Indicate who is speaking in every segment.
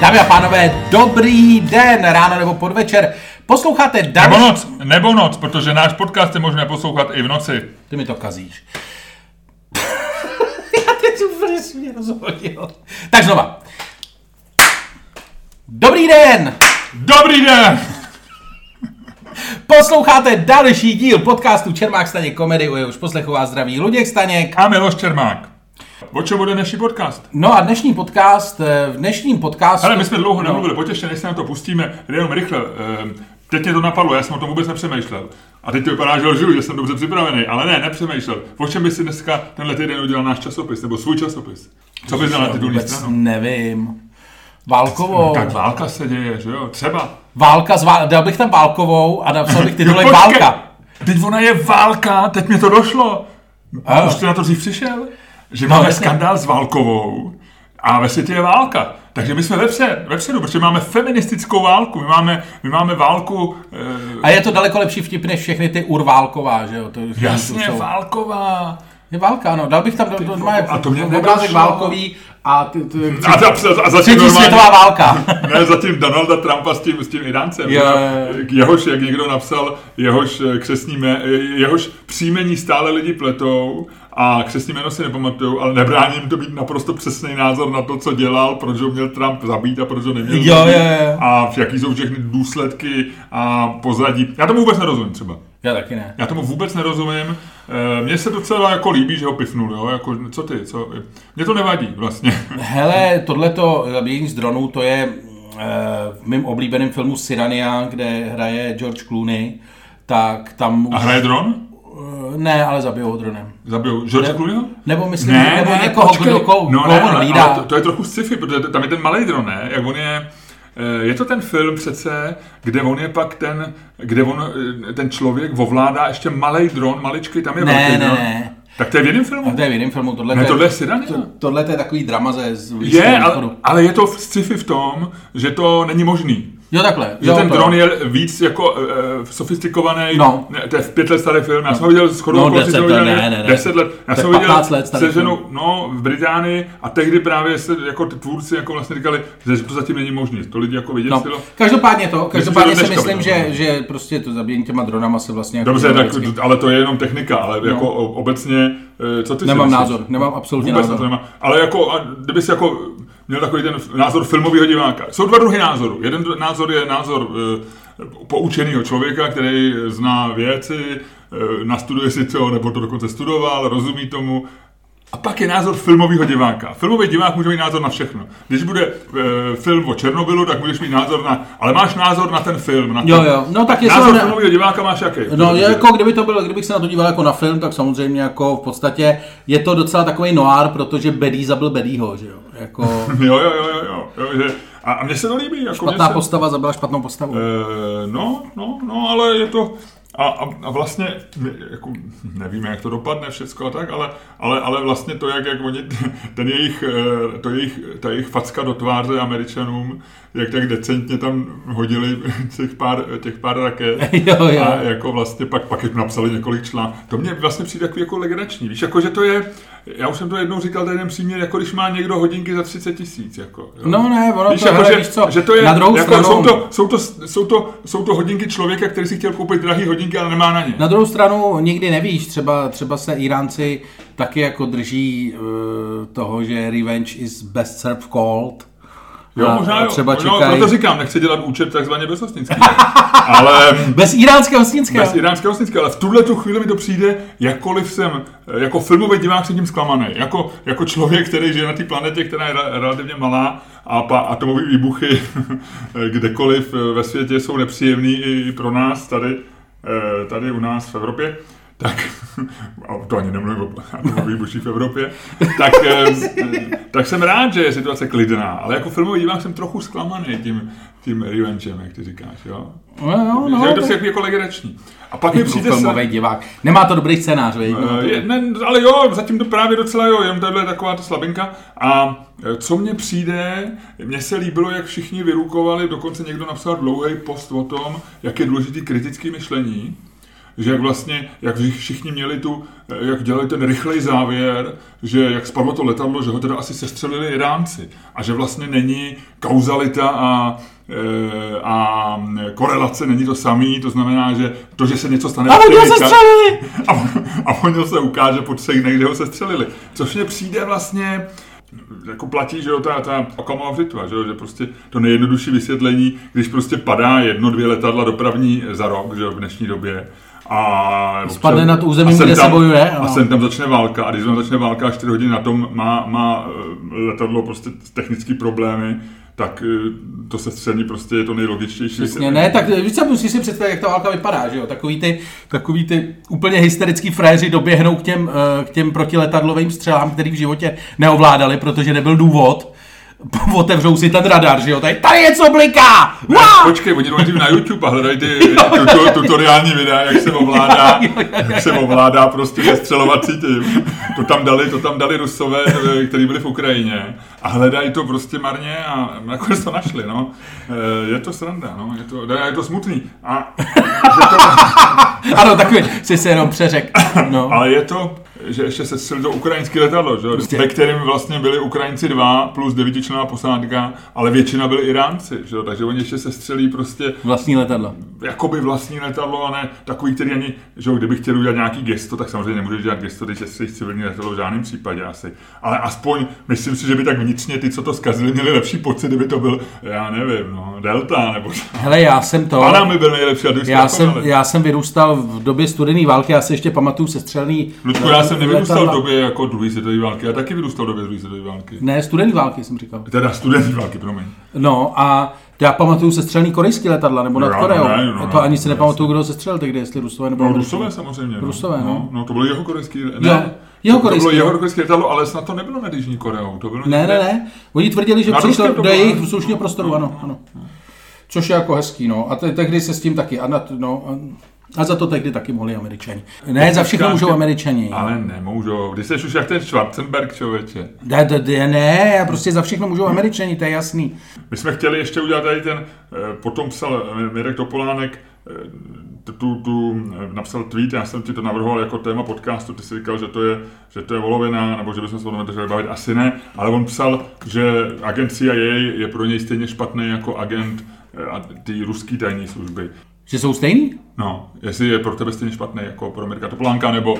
Speaker 1: Dámy a pánové, dobrý den, ráno nebo podvečer. Posloucháte
Speaker 2: Nebo
Speaker 1: další...
Speaker 2: noc, nebo noc, protože náš podcast je možné poslouchat i v noci.
Speaker 1: Ty mi to kazíš. Já teď úplně jsi mě rozhodil. Tak znova. Dobrý den,
Speaker 2: Dobrý den!
Speaker 1: posloucháte další díl podcastu Čermák Staněk komedy, u jehož poslechu vás zdraví Luděk Staněk.
Speaker 2: A Miloš Čermák. O čem bude dnešní podcast?
Speaker 1: No a dnešní podcast, eh, v dnešním podcastu... No,
Speaker 2: Ale my jsme dlouho nemluvili, potěšte, než se na to pustíme, jenom rychle. Ehm, Teď mě to napadlo, já jsem o tom vůbec nepřemýšlel. A teď to vypadá, že lžu, že jsem dobře připravený, ale ne, nepřemýšlel. O čem by si dneska tenhle týden udělal náš časopis, nebo svůj časopis? Co bys dal na titulní
Speaker 1: Vůbec
Speaker 2: stranu?
Speaker 1: nevím. Válkovou.
Speaker 2: no. Tak válka se děje, že jo? Třeba.
Speaker 1: Válka, z vál... dal bych tam válkovou a napsal bych titulek
Speaker 2: Jo, počkej,
Speaker 1: Válka.
Speaker 2: Teď ona je válka, teď mě to došlo.
Speaker 1: Ano.
Speaker 2: A už jsi na to dřív přišel? Že máme
Speaker 1: No, jasně.
Speaker 2: skandál s válkovou a ve světě je válka. Takže my jsme vepřed, vepředu, protože máme feministickou válku, my máme, my máme válku, eh,
Speaker 1: A je to daleko lepší vtip než všechny ty urválková, že jo? To,
Speaker 2: jasně,
Speaker 1: to jsou-
Speaker 2: válková.
Speaker 1: Je válka, ano. Dal bych tam do, do, do,
Speaker 2: a to mě
Speaker 1: obrázek
Speaker 2: nedošlo.
Speaker 1: válkový a ty, ty, ty,
Speaker 2: A, a, a zatím
Speaker 1: třetí
Speaker 2: normálně-
Speaker 1: světová válka.
Speaker 2: Ne, zatím Donalda Trumpa s tím, s tím Iráncem.
Speaker 1: Jo,
Speaker 2: Jo,
Speaker 1: jo,
Speaker 2: Jehož, jak někdo napsal, jehož eh, křesní mé, jehož příjmení stále lidi pletou a křesní jméno si nepamatujou, ale nebrání jim to být naprosto přesný názor na to, co dělal, proč ho měl Trump zabít a proč ho neměl
Speaker 1: Jo,
Speaker 2: zabít
Speaker 1: jo, jo.
Speaker 2: a jaký jsou všechny důsledky a pozadí. Já tomu vůbec nerozumím třeba.
Speaker 1: Já taky ne.
Speaker 2: Já tomu vůbec nerozumím. Eh, Mně se docela jako líbí, že ho pifnul, jo? Jako, co ty, co? Mně to nevadí vlastně.
Speaker 1: Hele, tohleto zabíjení z dronů, to je eh, v mém oblíbeném filmu Sirania, kde hraje George Clooney, tak tam už...
Speaker 2: A hraje dron?
Speaker 1: Eh, Ne, ale zabijou ho dronem.
Speaker 2: Zabijou George Clooneyho?
Speaker 1: Nebo myslím, nebo někoho, kdo, koho,
Speaker 2: no,
Speaker 1: koho
Speaker 2: ne,
Speaker 1: on
Speaker 2: ale,
Speaker 1: hlídá.
Speaker 2: ale to, to, je trochu sci-fi, protože tam je ten malý dron, ne? Jak on je, eh, je to ten film přece, kde on je pak ten, kde on, eh, ten člověk ovládá ještě malý dron, maličký, tam je
Speaker 1: Ne,
Speaker 2: velký
Speaker 1: ne,
Speaker 2: dron.
Speaker 1: ne.
Speaker 2: Tak to je v jiném filmu.
Speaker 1: To je v jiném filmu, tohle
Speaker 2: Ne, tohle je Sirania.
Speaker 1: to- Tohle to je takový drama ze z Blízkého
Speaker 2: Je, ale,
Speaker 1: východu.
Speaker 2: ale je to v sci-fi v tom, že to není možný.
Speaker 1: Jo, takhle.
Speaker 2: Že
Speaker 1: jo,
Speaker 2: ten
Speaker 1: to-
Speaker 2: dron je víc jako uh, sofistikovaný,
Speaker 1: No.
Speaker 2: ne, to je v pět let starý film, já jsem ho viděl s chodou
Speaker 1: No,
Speaker 2: okolností
Speaker 1: deset
Speaker 2: jsem ho
Speaker 1: let,
Speaker 2: viděl
Speaker 1: ne, ne, ne.
Speaker 2: deset let, já
Speaker 1: To je
Speaker 2: jsem ho viděl
Speaker 1: 15 let starý
Speaker 2: se ženou, no, v Británii a tehdy právě se jako ty tvůrci jako vlastně říkali, že to zatím není možné, to lidi jako
Speaker 1: No,
Speaker 2: vyděsilo.
Speaker 1: každopádně to, každopádně si
Speaker 2: dneška
Speaker 1: myslím,
Speaker 2: budeme.
Speaker 1: že, že prostě to zabíjení těma dronama se vlastně... jako
Speaker 2: Dobře, tak,
Speaker 1: logicky-
Speaker 2: ale to je jenom technika, ale jako o- obecně, eh, co ty si
Speaker 1: No. Nemám
Speaker 2: myslíš?
Speaker 1: názor, nemám absolutně
Speaker 2: Vůbec na to
Speaker 1: názor.
Speaker 2: nemá. Ale jako, a kdyby jsi jako měl takový ten názor filmového diváka. Jsou dva druhy názoru. Jeden dru- názor je názor eh, poučeného člověka, který zná věci, eh, nastuduje si to, nebo to dokonce studoval, rozumí tomu. A pak je názor filmového diváka. Filmový divák může mít názor na všechno. Když bude e, film o Černobylu, tak můžeš mít názor na... Ale máš názor na ten film. Na
Speaker 1: Jo,
Speaker 2: ten,
Speaker 1: jo, no tak jestli...
Speaker 2: Názor
Speaker 1: Ne,
Speaker 2: filmového diváka máš jaký?
Speaker 1: no jako kdyby to bylo, kdybych se na to díval jako na film, tak samozřejmě jako v podstatě je to docela takový noir, protože Bedý zabil Bedýho, že jo? Jako
Speaker 2: Jo, jo, jo, jo, jo, jo že, a, a mně se to líbí. Jako mně
Speaker 1: špatná
Speaker 2: se,
Speaker 1: postava zabila špatnou postavu.
Speaker 2: Eh, no, no, no, ale je to... A, a, a vlastně, my, jako, nevíme, jak to dopadne všecko a tak, ale, ale, ale vlastně to, jak, jak oni, ten jejich, eh, to jejich, ta jejich facka do tváře američanům, jak tak decentně tam hodili těch pár, těch pár raket.
Speaker 1: Jo, jo.
Speaker 2: A jako vlastně pak, pak jim napsali několik člán. To mě vlastně přijde takový jako legrační. Víš, jako že to je, já už jsem to jednou říkal tady jeden příměr, jako když má někdo hodinky za 30 tisíc. Jako, jo.
Speaker 1: No ne, ono
Speaker 2: Víš,
Speaker 1: to,
Speaker 2: jako,
Speaker 1: hele,
Speaker 2: že,
Speaker 1: víš co,
Speaker 2: že to je,
Speaker 1: na druhou
Speaker 2: jako,
Speaker 1: stranu-
Speaker 2: jsou, to, jsou, to, jsou, to, jsou to hodinky člověka, který si chtěl koupit drahý hodinky, ale nemá na ně.
Speaker 1: Na druhou stranu nikdy nevíš, třeba, třeba se Iránci taky jako drží eh, toho, že revenge is best served cold.
Speaker 2: jo,
Speaker 1: a,
Speaker 2: možná
Speaker 1: a
Speaker 2: jo.
Speaker 1: třeba
Speaker 2: no,
Speaker 1: čekají...
Speaker 2: proto říkám, nechci dělat účet takzvaně bez hostinský. ale
Speaker 1: Bez iránského hostinského.
Speaker 2: bez iránského hostinský, ale v tuhle tu chvíli mi to přijde, jakkoliv jsem, eh, jako filmový divák se tím zklamaný, jako, jako člověk, který žije na té planetě, která je re- relativně malá a pa, atomové výbuchy eh, kdekoliv eh, ve světě jsou nepříjemný i, i pro nás tady, eh, tady u nás v Evropě, tak, a to ani nemluvím o atomových buších v Evropě, tak, eh, tak jsem rád, že je situace klidná, ale jako filmový divák jsem trochu zklamaný tím, tím revenchem, jak ty říkáš, jo?
Speaker 1: No, jo,
Speaker 2: No, že
Speaker 1: no,
Speaker 2: je to tak... jako legrační. A pak mi přijde se...
Speaker 1: filmový divák. Nemá to dobrý scénář, No, viď?
Speaker 2: Eh, Je, ne, ale jo, zatím to právě docela jo, jenom tohle je taková ta slabinka. A eh, co mně přijde, mně se líbilo, jak všichni vyrukovali, dokonce někdo napsal dlouhý post o tom, jak je důležitý kritický myšlení. že jak vlastně, jak všichni měli tu, eh, jak dělali ten rychlej závěr, že jak spadlo to letadlo, že ho teda asi sestřelili Iránci a že vlastně není kauzalita a eh, a mm, korelace není to samý, to znamená, že to, že se něco stane...
Speaker 1: A oni ho sestřelili!
Speaker 2: A, a oni se ukáže po třech dnech, že ho sestřelili. Což mě přijde vlastně jako platí, že jo, ta, ta Okamova břitva, že jo, že prostě to nejjednodušší vysvětlení, když prostě padá jedno, dvě letadla dopravní za rok, že jo, v dnešní době, a
Speaker 1: spadne na to území, kde
Speaker 2: tam,
Speaker 1: se bojuje.
Speaker 2: A sem tam začne válka. A když tam začne válka a 4 hodiny na tom má, má letadlo prostě technické problémy, tak to se střelí prostě je to nejlogičtější.
Speaker 1: Přesně, ne, tak víc se musí si představit, jak ta válka vypadá, že jo, takový ty, takový ty úplně hysterický frajeři doběhnou k těm, eh, k těm protiletadlovým střelám, který v životě neovládali, protože nebyl důvod, otevřou si ten radar, že jo, tady, tady něco bliká!
Speaker 2: Ne, wow! počkej, oni jdou na YouTube a hledají ty tuto, tutoriální videa, jak se ovládá, jak se ovládá prostě zastřelovací tím. To tam dali, to tam dali Rusové, kteří byli v Ukrajině a hledají to prostě marně a nakonec to našli, no. Je to sranda, no, je to, je to smutný. A,
Speaker 1: to... ano, takový, jsi se jenom přeřek. No.
Speaker 2: Ale je to, že ještě se střelil to ukrajinské letadlo, že? Prostě. ve kterém vlastně byli Ukrajinci dva plus devítičlená posádka, ale většina byli Iránci, že? takže oni ještě se střelí prostě...
Speaker 1: Vlastní letadlo.
Speaker 2: Jakoby vlastní letadlo a ne takový, který ani, že kdyby chtěl udělat nějaký gesto, tak samozřejmě nemůžeš dělat gesto, když se civilní letadlo v žádném případě asi. Ale aspoň myslím si, že by tak vnitřně ty, co to zkazili, měli lepší pocit, kdyby to byl, já nevím, no, Delta nebo...
Speaker 1: Hele, já jsem to...
Speaker 2: Panamy byl nejlepší.
Speaker 1: Já jsem, já jsem vyrůstal v době studené války, já si ještě pamatuju sestřelný...
Speaker 2: Ludku, já jsem nevyrůstal v době jako druhé světové války, já taky vyrůstal v době druhé světové války.
Speaker 1: Ne, studený války jsem říkal.
Speaker 2: Teda studený války, promiň.
Speaker 1: No a já pamatuju sestřelný korejský letadla, nebo nad Koreou. Ne, no, to ani si nepamatuju, kdo se střelil tehdy, jestli Rusové nebo...
Speaker 2: No, Rusové samozřejmě. No.
Speaker 1: Rusové, no.
Speaker 2: no. No, to bylo jeho korejský...
Speaker 1: Ne, jo. Jeho
Speaker 2: to, to bylo jeho korejské letadlo, ale snad to nebylo nad Jižní Koreou. To bylo
Speaker 1: ne, ne, ne. Oni tvrdili, že přišlo do jejich vzdušního
Speaker 2: No.
Speaker 1: prostoru, ano, ano. Což je jako hezký, no. A te, tehdy se s tím taky, a, na, no, a, a za to tehdy taky mohli američani. Ne, Teď za všechno můžou tě... američani.
Speaker 2: Ale nemůžou. Když jsi už jak ten Schwarzenberg, člověče.
Speaker 1: Ne, ne, ne, prostě za všechno můžou američani, to je jasný.
Speaker 2: My jsme chtěli ještě udělat tady ten, eh, potom psal Mirek Topolánek, eh, tu, tu, napsal tweet, já jsem ti to navrhoval jako téma podcastu, ty jsi říkal, že to je, že to je volovina, nebo že bychom se o tom drželi bavit, asi ne, ale on psal, že agent CIA je pro něj stejně špatný jako agent a ty ruský tajní služby.
Speaker 1: Že jsou stejný?
Speaker 2: No, jestli je pro tebe stejně špatný jako pro Mirka Topolánka, nebo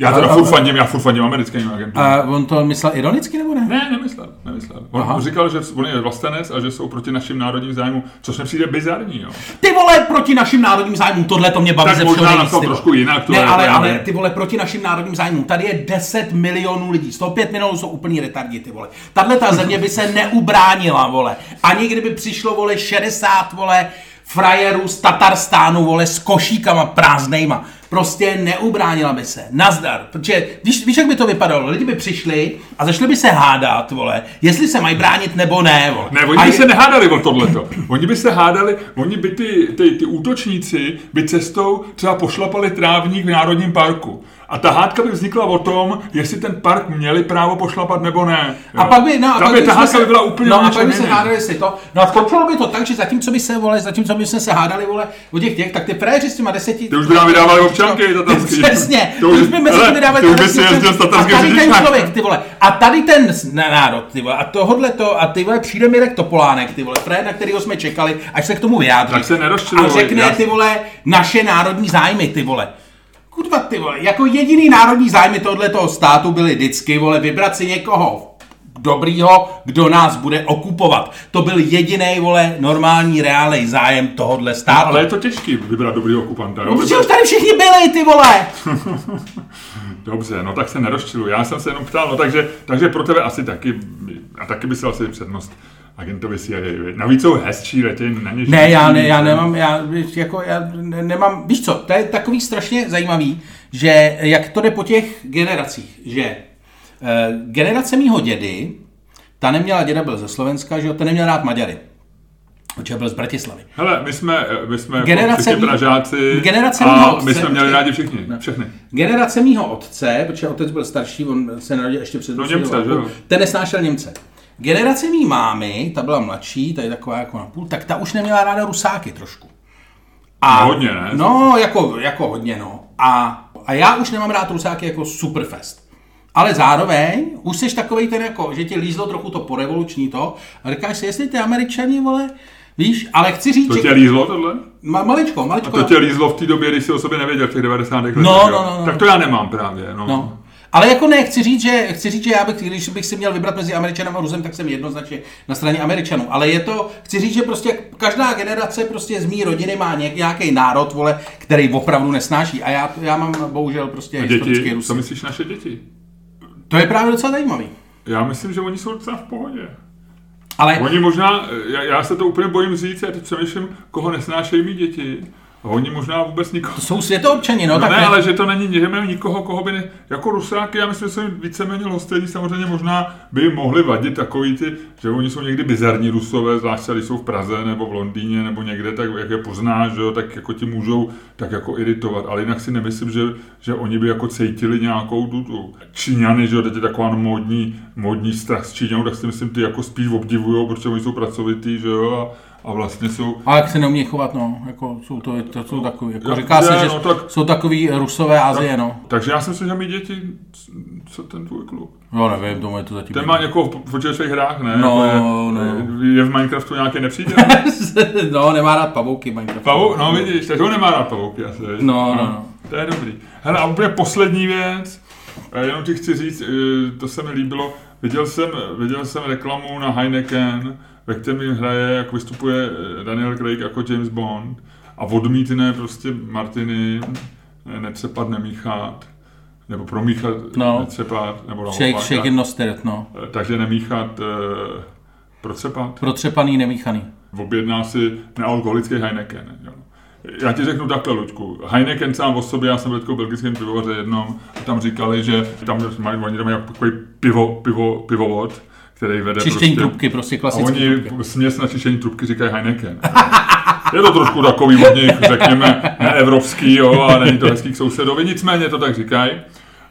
Speaker 2: já teda furt fandím, já furt fandím americkým agentům.
Speaker 1: A on to myslel ironicky nebo ne?
Speaker 2: Ne, nemyslel, nemyslel. On Aha. říkal, že on je vlastenec a že jsou proti našim národním zájmu, což mi přijde bizarní, jo.
Speaker 1: Ty vole, proti našim národním zájmům, tohle to mě baví
Speaker 2: tak ze možná na to trošku jinak. To jako
Speaker 1: ne, ale, já ale ty vole, proti našim národním zájmům, tady je 10 milionů lidí, 105 milionů jsou úplní retardi, ty vole. Tahle ta země by se neubránila, vole. Ani kdyby přišlo, vole, 60, vole, frajerů z Tatarstánu, vole, s košíkama prázdnejma. Prostě neubránila by se. Nazdar. Protože víš, víš, jak by to vypadalo? Lidi by přišli a začali by se hádat, vole, jestli se mají bránit nebo ne, vole.
Speaker 2: Ne, oni by a... se nehádali o tohleto. Oni by se hádali, oni by ty, ty, ty útočníci by cestou třeba pošlapali trávník v Národním parku. A ta hádka by vznikla o tom, jestli ten park měli právo pošlapat nebo ne.
Speaker 1: Jo. A pak by, no, a
Speaker 2: pak by ta hádka se, by byla úplně
Speaker 1: No a pak by se hádali si to. No a skončilo by to tak, že zatímco by se, vole, zatímco by jsme se hádali, vole, o těch těch, tak ty fréři s těma deseti...
Speaker 2: Ty už by nám vydávali občanky
Speaker 1: tatarský. Přesně, to už, by mezi těmi dávali
Speaker 2: tatarský. Ty už by si jezdil s tatarským
Speaker 1: A tady ten člověk, ty vole, a tady ten národ, ty vole, a tohle to, a ty vole, přijde Mirek Topolánek, ty vole, frér, na kterého jsme čekali, až se k tomu vyjádří.
Speaker 2: Tak se
Speaker 1: A řekne, ty vole, naše národní zájmy, ty vole kurva ty vole, jako jediný národní zájmy tohoto státu byly vždycky, vole, vybrat si někoho dobrýho, kdo nás bude okupovat. To byl jediný vole, normální, reálný zájem tohohle státu. No,
Speaker 2: ale je to těžký vybrat dobrý okupanta, jo?
Speaker 1: No, protože už tady všichni byli, ty vole!
Speaker 2: Dobře, no tak se nerozčilu. Já jsem se jenom ptal, no takže, takže pro tebe asi taky, a taky by se asi přednost agentovi CIA. Navíc jsou hezčí, letě na ně
Speaker 1: Ne, já, ne, já nemám, já, jako, já ne, nemám, víš co, to je takový strašně zajímavý, že jak to jde po těch generacích, že eh, generace mýho dědy, ta neměla, děda byl ze Slovenska, že jo, ten neměl rád Maďary. Protože byl z Bratislavy.
Speaker 2: Hele, my jsme, my jsme generace mý, Pražáci generace a mýho otce, my jsme měli rádi všichni, ne. všechny.
Speaker 1: Generace mýho otce, protože otec byl starší, on se narodil ještě před
Speaker 2: no, Němce, že jo?
Speaker 1: Ten nesnášel Němce. Generace mý mámy, ta byla mladší, ta je taková jako na půl, tak ta už neměla ráda rusáky trošku. A,
Speaker 2: No, hodně, ne?
Speaker 1: No, jako, jako hodně, no. A, a já už nemám rád rusáky jako superfest. Ale zároveň už jsi takovej ten jako, že ti lízlo trochu to porevoluční to a říkáš si, jestli ty američani, vole, víš, ale chci říct,
Speaker 2: To
Speaker 1: že...
Speaker 2: tě lízlo tohle?
Speaker 1: Ma, maličko, maličko.
Speaker 2: To tě lízlo v té době, když jsi o sobě nevěděl v těch 90. letech.
Speaker 1: No,
Speaker 2: jo?
Speaker 1: no, no, no.
Speaker 2: Tak to já nemám právě. No.
Speaker 1: No. Ale jako ne, chci říct, že, chci říct, že já bych, když bych si měl vybrat mezi Američanem a Rusem, tak jsem jednoznačně na straně Američanů. Ale je to, chci říct, že prostě každá generace prostě z mý rodiny má něk, nějaký národ, vole, který opravdu nesnáší. A já, já mám bohužel prostě
Speaker 2: A
Speaker 1: historický
Speaker 2: děti,
Speaker 1: Rus.
Speaker 2: co myslíš naše děti?
Speaker 1: To je právě docela zajímavý.
Speaker 2: Já myslím, že oni jsou docela v pohodě.
Speaker 1: Ale
Speaker 2: Oni možná, eh, já, já se to úplně bojím říct, já teď přemýšlím, koho nesnášejí mý děti. A oni možná vůbec nikoho.
Speaker 1: jsou světoobčani, no,
Speaker 2: No
Speaker 1: tak
Speaker 2: ne, ale že to není, že nemají nikoho, koho by ne... Jako rusáky, já myslím, že jsou jim víceméně lhostejní, samozřejmě možná by jim mohli vadit takový ty, že oni jsou někdy bizarní rusové, zvláště když jsou v Praze nebo v Londýně nebo někde, tak jak je poznáš, že jo, tak jako ti můžou tak jako iritovat, ale jinak si nemyslím, že, že oni by jako cítili nějakou tu, tu Číňany, že jo, teď je taková módní, módní strach s Číňou, tak si myslím, ty jako spíš obdivujou, protože oni jsou pracovitý, že jo, a, a vlastně jsou,
Speaker 1: ale jak se neumí chovat, no, jako jsou to, to jsou takový, jako
Speaker 2: Já-
Speaker 1: říká se,
Speaker 2: ne,
Speaker 1: že
Speaker 2: no, tak-
Speaker 1: jsou takový rusové Azie, no.
Speaker 2: takže já si myslím, že my děti, co ten tvůj kluk?
Speaker 1: No, nevím, tomu je to zatím.
Speaker 2: Ten má někoho v počítačových hrách, ne?
Speaker 1: No,
Speaker 2: Jako je,
Speaker 1: no.
Speaker 2: je v Minecraftu nějaký nepřítel?
Speaker 1: no, nemá rád pavouky, Minecraft.
Speaker 2: Pavou, no vidíš, takže on nemá rád pavouky asi. viď?
Speaker 1: No, no, no.
Speaker 2: To je dobrý. Hele, a úplně poslední věc, eh, jenom ti chci říct, eh, to se mi líbilo, viděl jsem, viděl jsem reklamu na Heineken, ve kterém hraje, jak vystupuje eh, Daniel Craig jako James Bond a odmítne prostě Martiny eh, netřepat, nemíchat, nebo promíchat,
Speaker 1: No.
Speaker 2: netřepat, nebo
Speaker 1: Shake,
Speaker 2: naopak.
Speaker 1: shake and no stirred, no.
Speaker 2: Eh, Takže nemíchat, eh, procpat.
Speaker 1: Protřepaný, nemíchaný.
Speaker 2: objedná si nealkoholický Heineken. Jo. Já ti řeknu takhle, Luďku. Heineken sám o sobě, já jsem byl v belgickém pivovaře jednom a tam říkali, že tam mají, oni tam mají takový pivo, pivo, pivovod, který vede
Speaker 1: Čištění trubky, prostě
Speaker 2: A
Speaker 1: klasické
Speaker 2: oni
Speaker 1: trubky.
Speaker 2: směs na čištění trubky říkají Heineken. Je to trošku takový od nich, řekněme, neevropský, jo, a není to hezký k sousedovi, nicméně to tak říkají.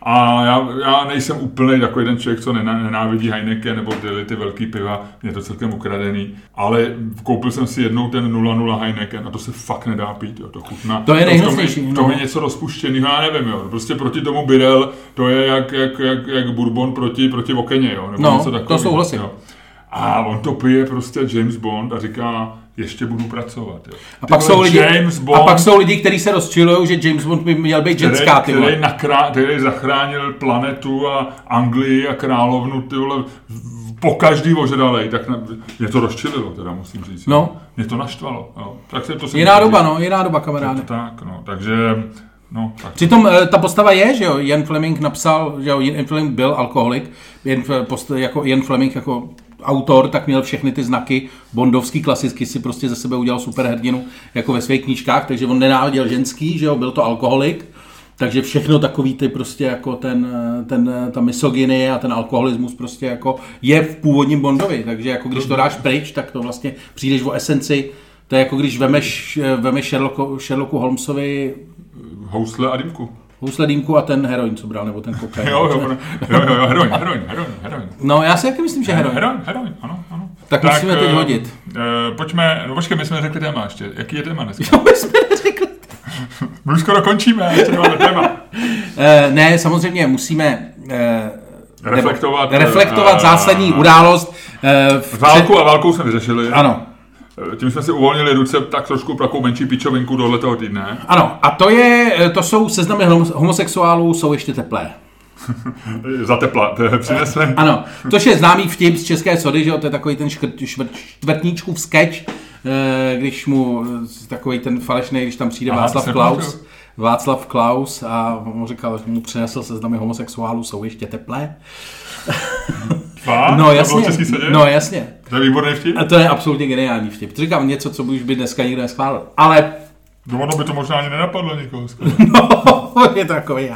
Speaker 2: A já, já nejsem úplně takový ten člověk, co nena- nenávidí Heineken nebo tyhle ty velký piva, mě to celkem ukradený. Ale koupil jsem si jednou ten 0,0 Heineken a to se fakt nedá pít, jo, to chutná.
Speaker 1: To je
Speaker 2: v tom
Speaker 1: nejhnusnější,
Speaker 2: v tom je
Speaker 1: no.
Speaker 2: něco rozpuštěného, já nevím, jo. Prostě proti tomu Birel, to je jak, jak, jak, jak bourbon proti, proti okeně, jo. Nebo
Speaker 1: No,
Speaker 2: něco
Speaker 1: to
Speaker 2: takového,
Speaker 1: souhlasím.
Speaker 2: jo. A on to pije prostě James Bond a říká, ještě budu pracovat. Jo.
Speaker 1: A pak, jsou lidi,
Speaker 2: James Bond,
Speaker 1: a pak jsou lidi, kteří se rozčilují, že James Bond by měl být
Speaker 2: který,
Speaker 1: ženská, ty
Speaker 2: který,
Speaker 1: vole.
Speaker 2: nakrá, který zachránil planetu a Anglii a královnu, ty vole, v- po každý ožralej, tak na, mě to rozčililo, teda musím říct.
Speaker 1: No.
Speaker 2: Mě to naštvalo. Jo. Tak se to se
Speaker 1: Jiná doba, no, jiná doba, kamaráde.
Speaker 2: Tak, no, takže, no, tak.
Speaker 1: Přitom eh, ta postava je, že jo, Ian Fleming napsal, že jo, Ian Fleming byl alkoholik, Ian, F- post, jako Ian Fleming jako autor, tak měl všechny ty znaky, bondovský klasisky si prostě ze sebe udělal superhrdinu, jako ve svých knížkách, takže on nenáviděl ženský, že jo, byl to alkoholik, takže všechno takový ty prostě jako ten, eh, ten, eh, ta misogynie a ten alkoholismus prostě jako je v původním Bondovi, takže jako když to dáš pryč, tak to vlastně přijdeš o esenci, to je jako když vemeš, eh, vemeš Sherlocku, Sherlocku Holmesovi
Speaker 2: Housle a dýmku.
Speaker 1: Housledýmku a ten heroin, co bral, nebo ten kokain.
Speaker 2: Jo, jo, jo, jo, jo, heroin, heroin, heroin, heroin.
Speaker 1: No, já si taky myslím, že heroin.
Speaker 2: Heroin, heroin, ano, ano.
Speaker 1: Tak musíme teď
Speaker 2: eh,
Speaker 1: hodit.
Speaker 2: eh, pojďme, no počkej, my jsme řekli téma ještě. Jaký je téma dneska?
Speaker 1: To bychom neřekli.
Speaker 2: My už skoro končíme, a ještě nemáme téma.
Speaker 1: Eh, ne, samozřejmě musíme eh, nebo-
Speaker 2: Reflektovat,
Speaker 1: reflektovat
Speaker 2: eh,
Speaker 1: zásadní
Speaker 2: eh,
Speaker 1: událost. eh, v
Speaker 2: Válku a válkou jsme vyřešili.
Speaker 1: Ano,
Speaker 2: Eh, Tím jsme si uvolnili ruce tak trošku pro takovou menší pičovinku do toho týdne.
Speaker 1: ano. A to je, eh, to jsou seznamy homo- homosexuálů, jsou ještě teplé.
Speaker 2: Eh, Za tepla eh, přinesli.
Speaker 1: Ano, což je známý vtip z české sody, že jo, to je takový ten škrt, švrt, čtvrtníčkův sketch, eh, když mu eh, takový ten falešný, když tam přijde
Speaker 2: Aha,
Speaker 1: Václav
Speaker 2: to jsem
Speaker 1: Klaus,
Speaker 2: viděl.
Speaker 1: Václav Klaus a on mu říkal, že mu přinesl seznamy homosexuálů, jsou ještě teplé.
Speaker 2: Fá,
Speaker 1: No
Speaker 2: To
Speaker 1: jasně,
Speaker 2: bylo v Český sadě?
Speaker 1: no jasně.
Speaker 2: To je výborný vtip.
Speaker 1: A to je absolutně geniální vtip. To Říkám něco, co by už by dneska nikdo neschválil. Ale
Speaker 2: No ono by to možná ani nenapadlo nikoho. skoro.
Speaker 1: No, je takový.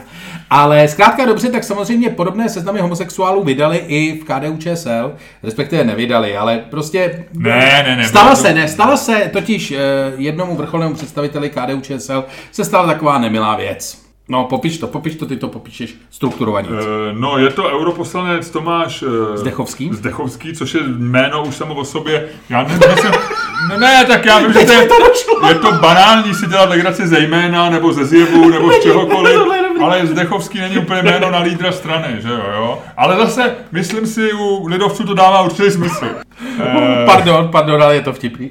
Speaker 1: Ale zkrátka dobře, tak samozřejmě podobné seznamy homosexuálů vydali i v KDU ČSL, respektive nevydali, ale prostě...
Speaker 2: Ne, ne, ne,
Speaker 1: Stala
Speaker 2: bylo
Speaker 1: se,
Speaker 2: to-
Speaker 1: ne, stala se totiž eh, jednomu vrcholnému představiteli KDU ČSL se stala taková nemilá věc. No, popiš to, popiš to, ty to popíšeš strukturovaně.
Speaker 2: Eh, No, je to europoslanec Tomáš eh,
Speaker 1: Zdechovský?
Speaker 2: Zdechovský, což je jméno už samo o sobě. Já ne, nejsem, ne, ne, tak já vím, že
Speaker 1: Teď
Speaker 2: to je,
Speaker 1: mi to došlo.
Speaker 2: je to banální si dělat legraci ze jména, nebo ze zjevu, nebo z čehokoliv,
Speaker 1: tohle je dobrý.
Speaker 2: ale Zdechovský není úplně jméno na lídra strany, že jo, jo. Ale zase, myslím si, u lidovců to dává určitý smysl. Eh,
Speaker 1: Hm, Pardon, pardon, ale je to vtipný.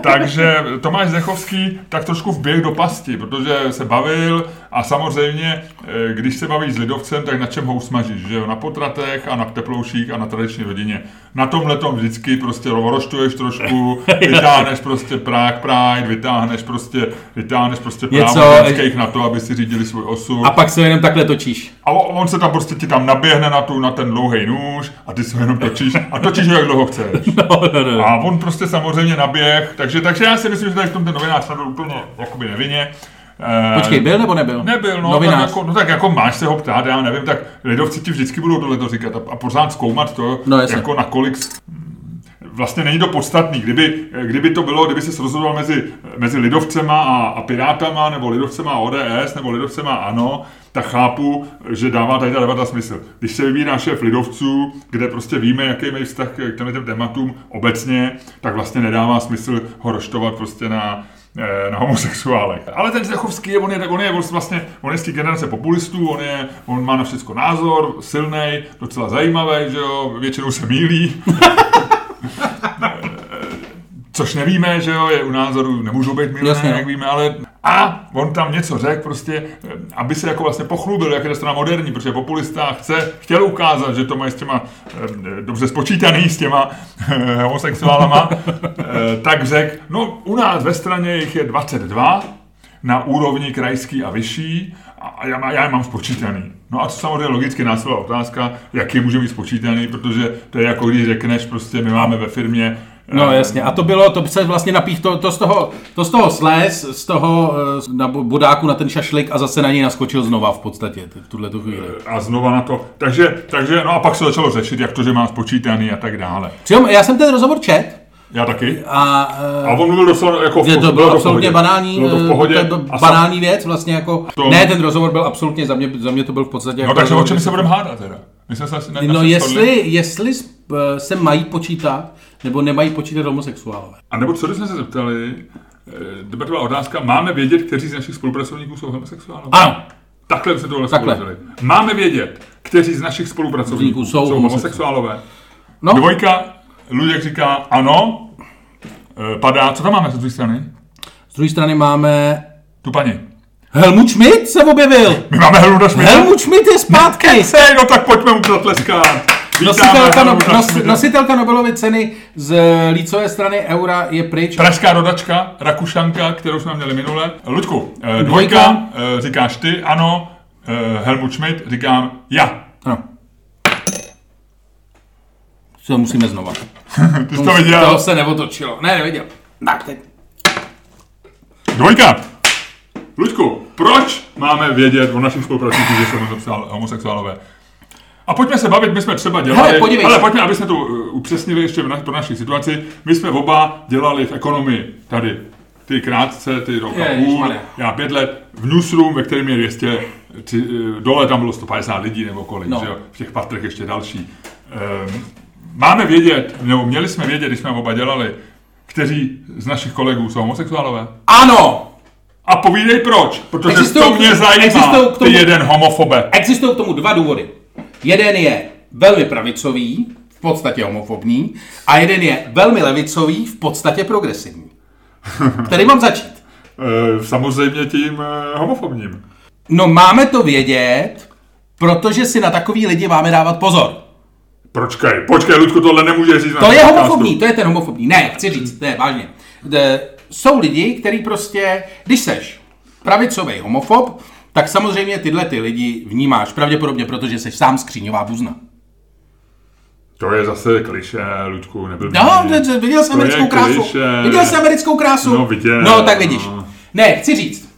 Speaker 2: takže Tomáš Zdechovský tak trošku vběh do pasti, protože se bavil a samozřejmě, eh, když se bavíš s lidovcem, tak na čem ho usmažíš, že jo? Na potratech a na teplouších a na tradiční rodině. Na tomhle tom vždycky prostě roštuješ trošku, vytáhneš prostě Prague Pride, vytáhneš prostě, vytáhneš prostě
Speaker 1: Něco- eh,
Speaker 2: právo ženských na to, aby si řídili svůj osud.
Speaker 1: A pak se jenom takhle točíš.
Speaker 2: A o- on se tam prostě ti tam naběhne na, tu, na ten dlouhý nůž a ty se ho jenom točíš a točíš ho, jak dlouho chceš.
Speaker 1: No, no, no.
Speaker 2: A on prostě samozřejmě naběh, takže, takže já si myslím, že tady v tom ten novinář nebyl úplně jakoby nevinně. Eh,
Speaker 1: Počkej, byl nebo nebyl?
Speaker 2: Nebyl, no, tak
Speaker 1: Novinář.
Speaker 2: jako, no tak jako máš se ho ptát, já nevím, tak lidovci ti vždycky budou tohle to říkat a, a pořád zkoumat to,
Speaker 1: No, jasně.
Speaker 2: jako nakolik s- Vlastně není to podstatný. Kdyby, kdyby to bylo, kdyby se rozhodoval mezi, mezi lidovcema a, a pirátama, nebo lidovcema a ODS, nebo lidovcema a ANO, tak chápu, že dává tady ta debata smysl. Když se vybírá šéf lidovců, kde prostě víme, jaký mají vztah k těm těm tématům obecně, tak vlastně nedává smysl ho roštovat prostě na, eh, na homosexuálech. Ale ten Zdechovský je, on je, tak on je vlastně, on je z té generace populistů, on, je, on má na všechno názor, silný, docela zajímavý, že jo, většinou se mílí, Což nevíme, že jo, je u názoru, nemůžou být
Speaker 1: Jasně,
Speaker 2: milioné,
Speaker 1: no.
Speaker 2: jak víme, ale... A on tam něco řekl prostě, eh, aby se jako vlastně pochlubil, jak je ta strana moderní, protože populista chce, chtěl ukázat, že to mají s těma eh, dobře spočítaný, s těma eh, homosexuálama, eh, tak řekl, no u nás ve straně jich je 22, na úrovni krajský a vyšší, a- a já, má- já je mám spočítaný. No a to samozřejmě logicky následovala otázka, jak je může být spočítaný, protože to je jako když řekneš prostě, my máme ve firmě eh,
Speaker 1: No jasně, a to bylo, to se vlastně napích, to, to, z toho, to z toho slez, z toho eh, z- na bu- bodáku na ten šašlik a zase na něj naskočil znova v podstatě, t- v tuhle tu chvíli.
Speaker 2: a znova na to. Takže, takže, no a pak se začalo řešit, jak to, že mám spočítaný a tak dále.
Speaker 1: Přitom já jsem ten rozhovor čet
Speaker 2: Já taky.
Speaker 1: a,
Speaker 2: A on mluvil docela jako... v-
Speaker 1: eh, je to bylo
Speaker 2: v pohodě.
Speaker 1: absolutně banální,
Speaker 2: Bylo to v
Speaker 1: eh,
Speaker 2: pohodě.
Speaker 1: to
Speaker 2: a
Speaker 1: byl
Speaker 2: sam-
Speaker 1: banální věc vlastně jako,
Speaker 2: To-
Speaker 1: ne ten rozhovor byl absolutně, za mě, za mě to byl v podstatě
Speaker 2: No
Speaker 1: jako
Speaker 2: takže o
Speaker 1: rozhovor,
Speaker 2: čem
Speaker 1: kde
Speaker 2: se budeme hádat teda? My jsme se asi ne,
Speaker 1: No
Speaker 2: asi shodli.
Speaker 1: jestli, jestli sp- se mají počítat, nebo nemají počítat homosexuálové.
Speaker 2: A nebo co když jsme se zeptali, eh, to byla otázka, máme vědět, kteří z našich spolupracovníků jsou homosexuálové?
Speaker 1: Ano,
Speaker 2: Takhle se tohle
Speaker 1: Takhle.
Speaker 2: spolu řekli. Máme vědět, kteří z našich spolupracovníků
Speaker 1: Jsou
Speaker 2: jsou, jsou
Speaker 1: homosexuálové.
Speaker 2: homosexuálové.
Speaker 1: no,
Speaker 2: Dvojka, Luděk říká ano, eh, padá. Co tam máme z druhé strany?
Speaker 1: z druhé strany máme
Speaker 2: Tu paní.
Speaker 1: Helmut Schmidt se objevil!
Speaker 2: My máme Helmuta Šmita.
Speaker 1: Helmut Schmidt je zpátky!
Speaker 2: Hej, no tak pojďme mu zatleskat.
Speaker 1: Nositelka, no,
Speaker 2: Helmuta
Speaker 1: nos,
Speaker 2: Šmita.
Speaker 1: nositelka Nobelovy ceny z lícové strany eura je pryč.
Speaker 2: Pražská rodačka, Rakušanka, kterou jsme měli minule. Ludku, eh,
Speaker 1: Dvojka.
Speaker 2: dvojka, eh, říkáš ty, ano, eh, Helmut Schmidt, říkám já.
Speaker 1: Ano. To musíme znova.
Speaker 2: Ty jsi to viděl.
Speaker 1: To se neotočilo. Ne, neviděl. Tak, teď.
Speaker 2: Dvojka. Ludku, proč máme vědět o našich spolupracovnících, že jsou homosexuál- homosexuálové? A pojďme se bavit, my jsme třeba dělali,
Speaker 1: Hele, podívej
Speaker 2: ale
Speaker 1: se.
Speaker 2: pojďme, aby jsme to eh, upřesnili ještě na, pro naši situaci, my jsme oba dělali v ekonomii tady, ty krátce, ty rok a půl,
Speaker 1: Ježišmarja.
Speaker 2: já pět let, v newsroom, ve kterém je 200, tři, eh, dole tam bylo 150 lidí nebo kolik,
Speaker 1: No.
Speaker 2: že jo, v těch patrech ještě další. Ehm, máme vědět, nebo měli jsme vědět, když jsme oba dělali, kteří z našich kolegů jsou homosexuálové?
Speaker 1: Ano!
Speaker 2: A povídej proč, protože
Speaker 1: Existují-
Speaker 2: to mě zajímá,
Speaker 1: existují k tomu-
Speaker 2: ty jeden homofobe.
Speaker 1: Existují k tomu dva důvody. Jeden je velmi pravicový, v podstatě homofobní, a jeden je velmi levicový, v podstatě progresivní. Který mám začít?
Speaker 2: E, samozřejmě tím e, homofobním.
Speaker 1: No máme to vědět, protože si na takový lidi máme dávat pozor.
Speaker 2: Počkej, počkej, Ludku, tohle nemůže říct. na
Speaker 1: To je
Speaker 2: podcastu.
Speaker 1: homofobní, to je ten homofobní. Ne, chci říct, ne, vážně. De, jsou lidi, který prostě, když seš pravicový homofob, tak samozřejmě tyhle ty lidi vnímáš. Pravděpodobně, protože seš sám skříňová buzna.
Speaker 2: To je zase kliše, Ludku, nebyl
Speaker 1: No, d- d- viděl jsi
Speaker 2: To je
Speaker 1: americkou krásu.
Speaker 2: klišé.
Speaker 1: Viděl jsi americkou krásu.
Speaker 2: No, viděl,
Speaker 1: No, tak vidíš.
Speaker 2: no.
Speaker 1: Ne, chci říct.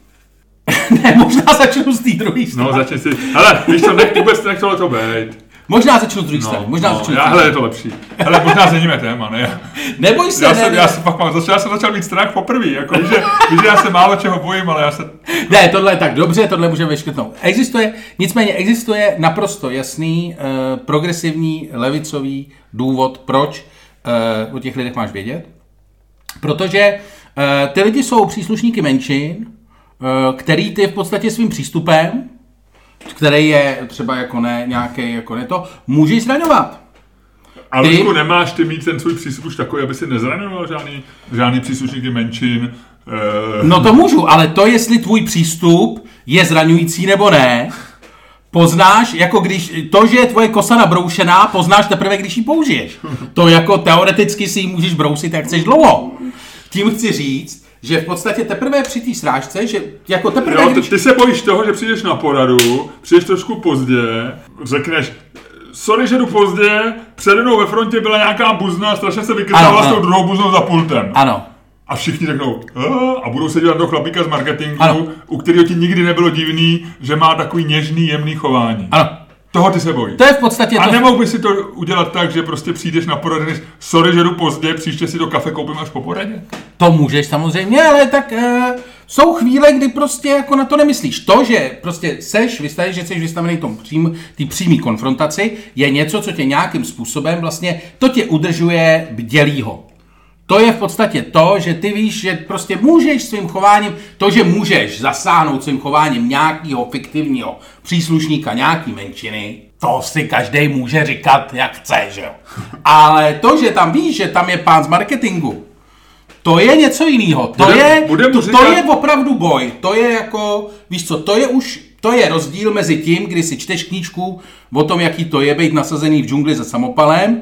Speaker 1: ne, možná začnu z té druhé strany.
Speaker 2: No, začni si. Hele, víš co, nech vůbec nech tohle to být.
Speaker 1: Možná začnu z druhé strany, možná
Speaker 2: no,
Speaker 1: začnu z
Speaker 2: já,
Speaker 1: druhé
Speaker 2: hele, je
Speaker 1: strany.
Speaker 2: to lepší. Hele, možná změníme téma, ne?
Speaker 1: Neboj se,
Speaker 2: Já
Speaker 1: ne,
Speaker 2: jsem,
Speaker 1: ne,
Speaker 2: já jsem fakt mám, začal, já jsem začal mít strach poprvé, jako víš, že, víš, že já se málo čeho bojím, ale já se,
Speaker 1: Ne, tohle je tak dobře, tohle můžeme vyškrtnout. Existuje, nicméně existuje naprosto jasný eh, progresivní levicový důvod, proč eh, o těch lidech máš vědět. Protože eh, ty lidi jsou příslušníky menšin, eh, který ty v podstatě svým přístupem, který je třeba jako ne nějaký, jako ne to, můžeš zraňovat.
Speaker 2: a
Speaker 1: Ty-
Speaker 2: Luďku, nemáš ty mít ten svůj přístup už takový, aby si nezraňoval žádný, žádný příslušníky menšin, eh,
Speaker 1: No to můžu, ale to, jestli tvůj přístup je zraňující nebo ne, poznáš, jako když to, že je tvoje kosa nabroušená, poznáš teprve, když ji použiješ. To jako teoreticky si ji můžeš brousit, jak chceš dlouho. Tím chci říct, že v podstatě teprve při té srážce, že jako teprve,
Speaker 2: Jo, ty,
Speaker 1: když...
Speaker 2: ty se bojíš toho, že přijdeš na poradu, přijdeš trošku pozdě, řekneš, sorry, že jdu pozdě, přede mnou ve frontě byla nějaká buzna, strašně se
Speaker 1: Ano,
Speaker 2: vykrtala s
Speaker 1: ano.
Speaker 2: tou druhou buznou za pultem.
Speaker 1: Ano,
Speaker 2: A všichni řeknou, "Eh?" a budou se dělat do chlapíka z marketingu,
Speaker 1: Ano.
Speaker 2: u kterého ti nikdy nebylo divný, že má takový něžný, jemný chování.
Speaker 1: ano.
Speaker 2: Toho ty se bojíš.
Speaker 1: To je v podstatě
Speaker 2: A
Speaker 1: to...
Speaker 2: nemohl bys si to udělat tak, že prostě přijdeš na poradu, řekneš, sorry, že jdu pozdě, příště si to kafe koupím až po poradě?
Speaker 1: To můžeš samozřejmě, ale tak e, jsou chvíle, kdy prostě jako na to nemyslíš. To, že prostě seš, vystavíš, že jsi vystavený tomu přím, tý přímý konfrontaci, je něco, co tě nějakým způsobem vlastně, to tě udržuje bdělýho. To je v podstatě to, že ty víš, že prostě můžeš svým chováním, to, že můžeš zasáhnout svým chováním nějakého fiktivního příslušníka nějaký menšiny, to si každý může říkat, jak chce, že jo. Ale to, že tam víš, že tam je pán z marketingu, to je něco jiného. To,
Speaker 2: Budem-
Speaker 1: je,
Speaker 2: budem
Speaker 1: to,
Speaker 2: říkat-
Speaker 1: to je opravdu boj. To je jako, víš co, to je už, to je rozdíl mezi tím, kdy si čteš knížku o tom, jaký to je být nasazený v džungli se samopalem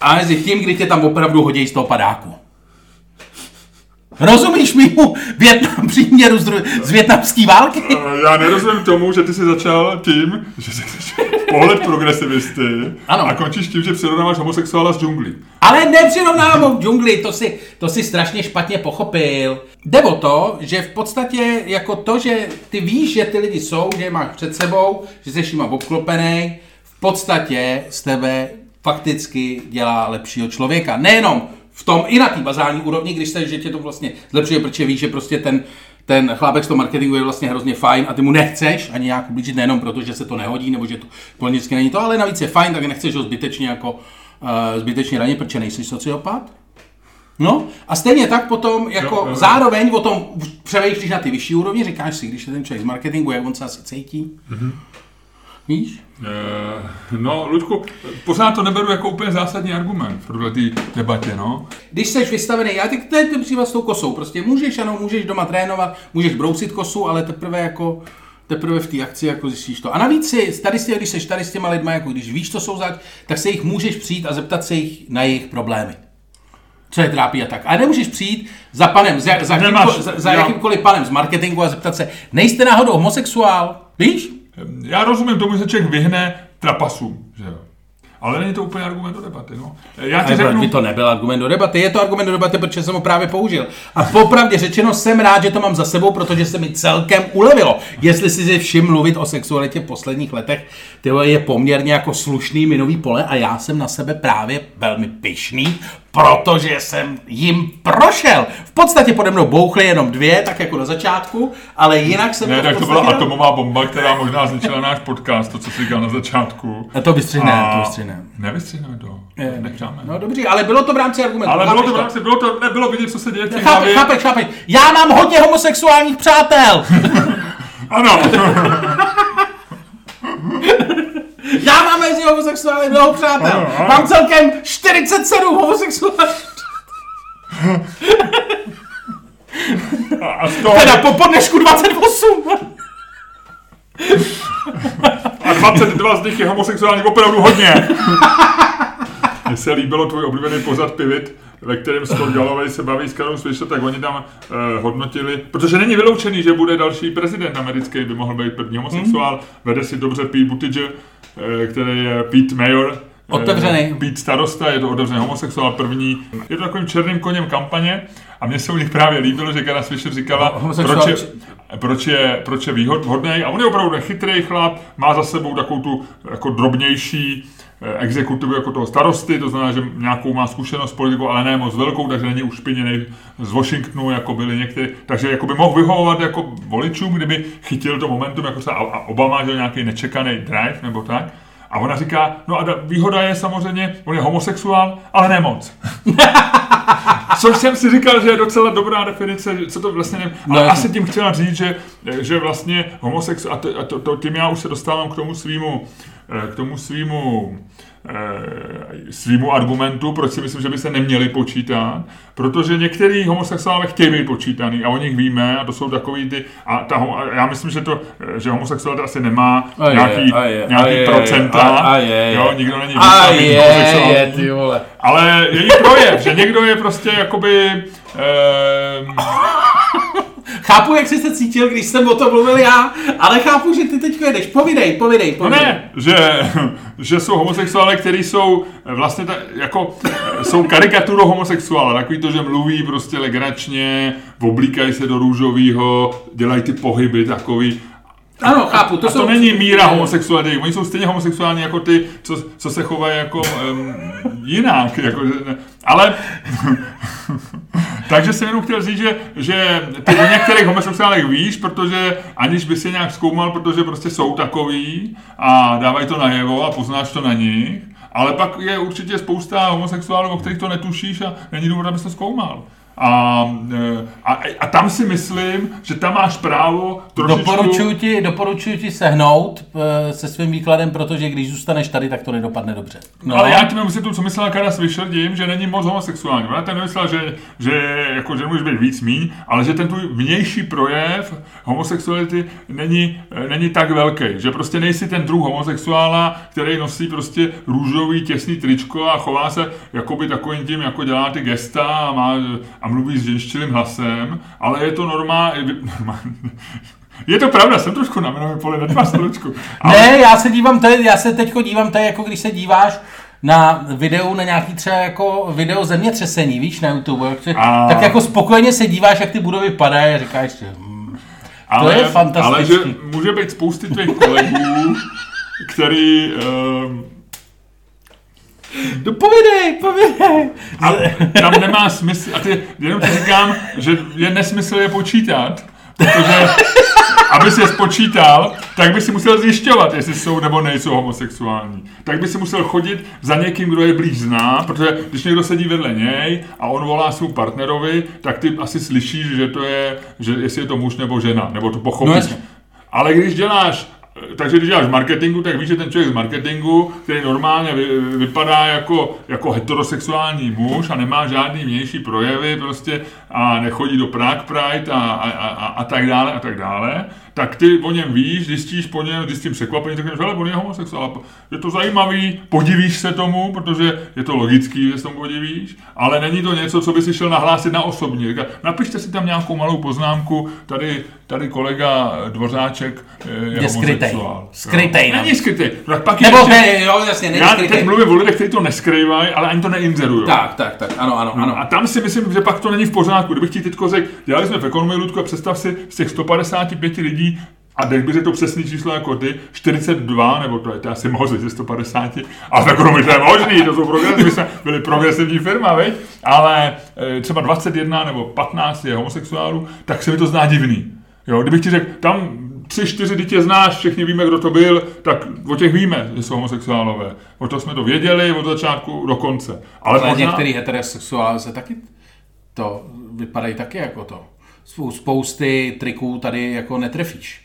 Speaker 1: a mezi tím, kdy tě tam opravdu hodí z toho padáku. Rozumíš mýmu Větnam příměru z, dru- z větnamské války?
Speaker 2: Eh, Já nerozumím tomu, že ty jsi začal tím, že řekneš pohled progresivisty
Speaker 1: Ano.
Speaker 2: a končíš tím, že přirovnáváš homosexuála z džunglí.
Speaker 1: Ale nepřirovnávám k džungli, to si, to si strašně špatně pochopil. Jde o to, že v podstatě jako to, že ty víš, že ty lidi jsou, že je máš před sebou, že jsi jima obklopený, v podstatě z tebe fakticky dělá lepšího člověka. Nejenom v tom, i na té bazální úrovni, když se, že tě to vlastně zlepšuje, protože víš, že prostě ten, ten chlápek z toho marketingu je vlastně hrozně fajn a ty mu nechceš ani nějak ublížit, nejenom proto, že se to nehodí, nebo že to politicky není to, ale navíc je fajn, tak nechceš ho zbytečně jako eh, zbytečně ranit, protože nejsi sociopat. No a stejně tak potom jako
Speaker 2: Jo, jo, jo.
Speaker 1: zároveň o tom převejšíš na ty vyšší úrovně, říkáš si, když je ten člověk z marketingu, jak on se asi cítí.
Speaker 2: Mhm.
Speaker 1: Víš?
Speaker 2: Eh, No, Ludku, pořád to neberu jako úplně zásadní argument v této debatě, no.
Speaker 1: Když jsi vystavený, já tak to je ten příklad s tou kosou, prostě můžeš, ano, můžeš doma trénovat, můžeš brousit kosu, ale teprve jako teprve v té akci jako zjistíš to. A navíc si, tady s tě, když seš tady s těma lidma, jako když víš, co jsou zač, tak se jich můžeš přijít a zeptat se jich na jejich problémy. Co je trápí a tak. A nemůžeš přijít za panem, za, za,
Speaker 2: Nemáš,
Speaker 1: jakýmko, za, za
Speaker 2: já-
Speaker 1: jakýmkoliv panem z marketingu a zeptat se, nejste náhodou homosexuál? Víš?
Speaker 2: Eh, Já rozumím tomu, že se člověk vyhne trapasům, že jo. Ale není to úplně argument do debaty, no. Já ti
Speaker 1: Ale
Speaker 2: řeknu...
Speaker 1: by to nebyl argument do debaty, je to argument do debaty, protože jsem ho právě použil. A popravdě řečeno jsem rád, že to mám za sebou, protože se mi celkem ulevilo. Jestli si ze všim mluvit o sexualitě v posledních letech, ty vole, je poměrně jako slušný minový pole a já jsem na sebe právě velmi pyšný, protože jsem jim prošel. V podstatě pode mnou bouchly jenom dvě, tak jako na začátku, ale jinak jsem...
Speaker 2: Ne,
Speaker 1: v
Speaker 2: tak to byla
Speaker 1: podstatě dal-
Speaker 2: atomová bomba, která možná zničila náš podcast, to, co jsi říkal na začátku.
Speaker 1: A to vystřihneme, to vystřihneme.
Speaker 2: Nevystřihneme to, necháme.
Speaker 1: No dobře, ale bylo to v rámci argumentu.
Speaker 2: Ale bylo
Speaker 1: chápeš
Speaker 2: to, v rámci- bylo to, nebylo vidět, co se děje v těch
Speaker 1: Chápeš,
Speaker 2: hlavě.
Speaker 1: chápeš, chápeš. Já mám hodně homosexuálních přátel.
Speaker 2: Ano.
Speaker 1: Já mám mezi homosexuály mnoho přátel.
Speaker 2: Ano, ano.
Speaker 1: Mám celkem 47 homosexuálních.
Speaker 2: A z toho
Speaker 1: Teda po podnešku 28.
Speaker 2: a 22 z nich je homosexuálních opravdu hodně. Mně se líbilo tvůj oblíbený pořad pivit, ve kterém Scott Galloway se baví s Karou Swisher, tak oni tam eh, hodnotili, protože není vyloučený, že bude další prezident americký, by mohl být první homosexuál, vede si dobře Pete Buttigieg, eh, který je Pete Mayor,
Speaker 1: Otevřený.
Speaker 2: být starosta, je to otevřený homosexuál první. Je to takovým černým koněm kampaně a mně se u nich právě líbilo, že Kara Swisher říkala,
Speaker 1: No, homosexuál-
Speaker 2: proč je, proč je, proč je výhod, vhodný. A on je opravdu chytrý chlap, má za sebou takovou tu jako drobnější eh, exekutivu jako toho starosty, to znamená, že nějakou má zkušenost s politikou, ale ne moc velkou, takže není ušpiněný z Washingtonu, jako byli někteří. Takže jako by mohl vyhovovat jako voličům, kdyby chytil to momentum, jako se a- a Obama, že jo, nějaký nečekaný drive nebo tak. A ona říká, no a da- výhoda je samozřejmě, on je homosexuál, ale ne moc. Což jsem si říkal, že je docela dobrá definice, že- co to vlastně nevím. Ale
Speaker 1: No jasně.
Speaker 2: asi tím chtěla říct, že, že vlastně homosex, a, to, a to, to, tím já už se dostávám k tomu svýmu, eh, k tomu svýmu, eh, svýmu argumentu, proč si myslím, že by se neměli počítat, protože některý homosexuálové chtějí být počítaný a o nich víme a to jsou takový ty, a, ta, ho- a já myslím, že to, eh, že homosexualita asi nemá
Speaker 1: A je,
Speaker 2: nějaký,
Speaker 1: a je, a
Speaker 2: nějaký
Speaker 1: je,
Speaker 2: procenta,
Speaker 1: a- a je,
Speaker 2: jo,
Speaker 1: je.
Speaker 2: nikdo není
Speaker 1: A
Speaker 2: významný
Speaker 1: je,
Speaker 2: homosexuální.
Speaker 1: je, ty vole.
Speaker 2: Ale je jich projev, že někdo je prostě jakoby... ehm,
Speaker 1: Chápu, jak jsi se cítil, když jsem o tom mluvil já, ale chápu, že ty teď jedeš. Povidej, povidej,
Speaker 2: No
Speaker 1: povidej.
Speaker 2: ne, že, že jsou homosexuále, kteří jsou eh, vlastně ta, jako, eh, jsou karikaturou homosexuála. Takový to, že mluví prostě legračně, oblíkají se do růžového, dělají ty pohyby takový.
Speaker 1: Ano, chápu, to
Speaker 2: To, a
Speaker 1: jsou...
Speaker 2: to není míra homosexuality. Oni jsou stejně homosexuální jako ty, co, co se chovají jako um, jinak. Jako, že ne- ale... Takže jsem jenom chtěl říct, že, že ty o některých homosexuálech víš, protože aniž by si nějak zkoumal, protože prostě jsou takový a dávají to najevo a poznáš to na nich. Ale pak je určitě spousta homosexuálů, o kterých to netušíš a není důvod, abys to zkoumal. A, eh, a, a tam si myslím, že tam máš právo trošičku...
Speaker 1: Doporučuji ti, doporučuji ti sehnout eh, se svým výkladem, protože když zůstaneš tady, tak to nedopadne dobře. No,
Speaker 2: Ale já tím myslím tu, co myslela Kara Swisher tím, že není moc homosexuální. Ona tam nemyslela, že, že, jako, že můžeš být víc míň, ale že ten tvůj vnější projev homosexuality není, eh, není tak velký. Že prostě nejsi ten druh homosexuála, který nosí prostě růžový těsný tričko a chová se jakoby takovým tím, jako dělá ty gesta a, má, a mluví s ženštilým hlasem, ale je to normál, normální. Je to pravda, jsem trošku na minovém poli, netvář se Lučku. Ale-
Speaker 1: Ne, já se dívám tady, já se teďko dívám tady, jako když se díváš na videu, na nějaký třeba jako video zemětřesení, víš, na YouTube, jak se,
Speaker 2: A-
Speaker 1: tak jako spokojeně se díváš, jak ty budovy padají a říkáš si, hmm,
Speaker 2: Ale,
Speaker 1: je fantastický.
Speaker 2: Ale že může být spousty tvých kolegů, který... Um,
Speaker 1: no povědej, povědej.
Speaker 2: a tam nemá smysl. A ty, jenom ti říkám, že je nesmysl je počítat, protože aby si je spočítal, tak by si musel zjišťovat, jestli jsou nebo nejsou homosexuální. Tak by si musel chodit za někým, kdo je blíž zná, protože když někdo sedí vedle něj a on volá svému partnerovi, tak ty asi slyšíš, že to je, že jestli je to muž nebo žena, nebo to
Speaker 1: No
Speaker 2: pochopíš.
Speaker 1: jasně.
Speaker 2: Ale když děláš takže když děláš v marketingu, tak víš, že ten člověk z marketingu, který normálně vy, vypadá jako, jako heterosexuální muž a nemá žádný vnější projevy prostě a nechodí do Prague Pride a, a, a, a- a tak dále a tak dále, tak ty o něm víš, zjistíš po něm, když s tím překvapení, tak říkáš, hele, on je homosexuál. Je to zajímavý, podivíš se tomu, protože je to logický, že se tomu podivíš, ale není to něco, co by si šel nahlásit na osobní. Říká, Napište si tam nějakou malou poznámku, tady, tady kolega Dvořáček eh, je,
Speaker 1: Je skrytej.
Speaker 2: homosexuál.
Speaker 1: Skrytej,
Speaker 2: Jo.
Speaker 1: no.
Speaker 2: Není skrytej. Tak pak je
Speaker 1: Nebo
Speaker 2: ještě-
Speaker 1: ne, jo, jasně,
Speaker 2: já
Speaker 1: nejskrytej.
Speaker 2: teď mluvím o lidech, kteří to neskrývají, ale ani to neinzerují.
Speaker 1: Tak, tak, tak, ano, ano, ano.
Speaker 2: A tam si myslím, že pak to není v pořádku. Kdybych ti teďko řekl, dělali jsme v ekonomii, Ludko, a představ si z těch 155 lidí, a teď by řekl to přesný číslo jako ty, 42, nebo to je, to je asi moc, ze 150, ale v ekonomii to je možný, to jsou progresivní, my jsme byli progresivní firma, veď? ale e, třeba 21 nebo 15 je homosexuálů, tak se mi to zdá divný. Jo, kdybych ti řekl, tam tři, čtyři dítě znáš, všichni víme, kdo to byl, tak o těch víme, že jsou homosexuálové. O to jsme to věděli od začátku do konce. Ale,
Speaker 1: Ale
Speaker 2: možná-
Speaker 1: některý heterosexuálové se taky to vypadají taky jako to. Spou- Spousty triků tady jako netrefíš.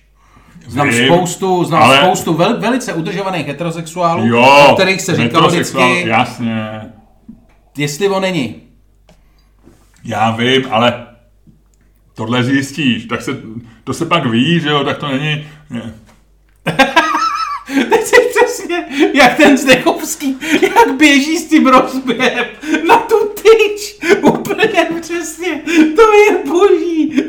Speaker 1: Znám
Speaker 2: Vím,
Speaker 1: spoustu, znám
Speaker 2: ale-
Speaker 1: spoustu vel, velice udržovaných heterosexuálů,
Speaker 2: Jo,
Speaker 1: o kterých se říkalo
Speaker 2: heterosexuál,
Speaker 1: vždycky,
Speaker 2: Jasně,
Speaker 1: jestli on není.
Speaker 2: já vím, ale tohle zjistíš, tak se, to se pak ví, že jo, tak to není... ne.
Speaker 1: Teď si přesně, jak ten Zdechovský, jak běží s tím rozběhem na tu tyč. Úplně přesně, to je boží.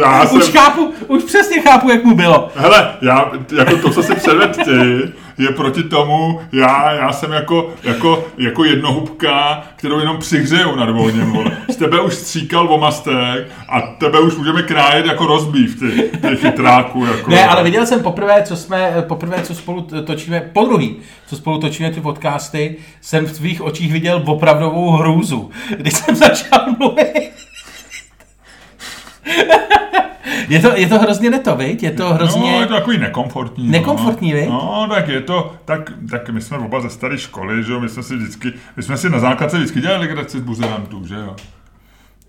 Speaker 2: Já
Speaker 1: Už
Speaker 2: jsem,
Speaker 1: chápu, už přesně chápu, jak mu bylo.
Speaker 2: hele, já, jako to, co si předvedl ty, je proti tomu, já, já jsem jako, jako, jako jednohubka, kterou jenom přihřejou nad volněm, vole. Z tebe už stříkal vomastek a tebe už můžeme krájet jako rozbív, ty, ty chytráku, jako.
Speaker 1: Ne, ale viděl jsem poprvé, co jsme, poprvé, co spolu točíme, po druhý, co spolu točíme ty podcasty, jsem v tvých očích viděl opravdovou hrůzu, když jsem začal mluvit. Je to, je to hrozně neto, viď? Je to hrozně...
Speaker 2: No, je to takový nekomfortní.
Speaker 1: Nekomfortní,
Speaker 2: no.
Speaker 1: viď?
Speaker 2: No, tak je to, tak, tak my jsme oba ze staré školy, že jo, my jsme si vždycky, my jsme si na základce vždycky dělali legraci z buzerantů, že jo.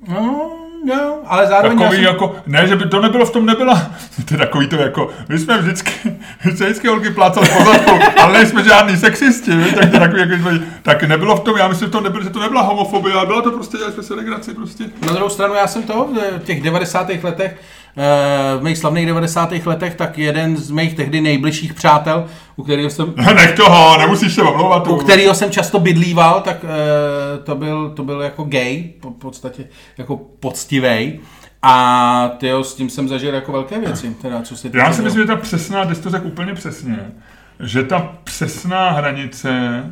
Speaker 1: No, no, ale zároveň...
Speaker 2: Takový
Speaker 1: já jsem-
Speaker 2: jako, ne, že by to nebylo, v tom nebyla, to je takový to jako, my jsme vždycky, my jsme vždycky holky plácali po zadku, ale nejsme žádný sexisti, víš, tak to je takový, jako, že jsme- tak nebylo v tom, já myslím, že to nebylo, že to nebyla homofobie, ale byla to prostě, dělali jsme si legraci prostě.
Speaker 1: Na druhou stranu, já jsem to v těch 90. letech, eh, v mých slavných 90. letech, tak jeden z mých tehdy nejbližších přátel, u kterého jsem,
Speaker 2: No, Nech toho, nemusíš se omlouvat.
Speaker 1: u kterého jsem často bydlíval, tak eh, to byl, to byl jako gay, po podstatě jako poctivej. A tyjo, s tím jsem zažil jako velké věci, teda co se
Speaker 2: Já si myslím, že ta přesná, ty jsi to řekl úplně přesně, že ta přesná hranice,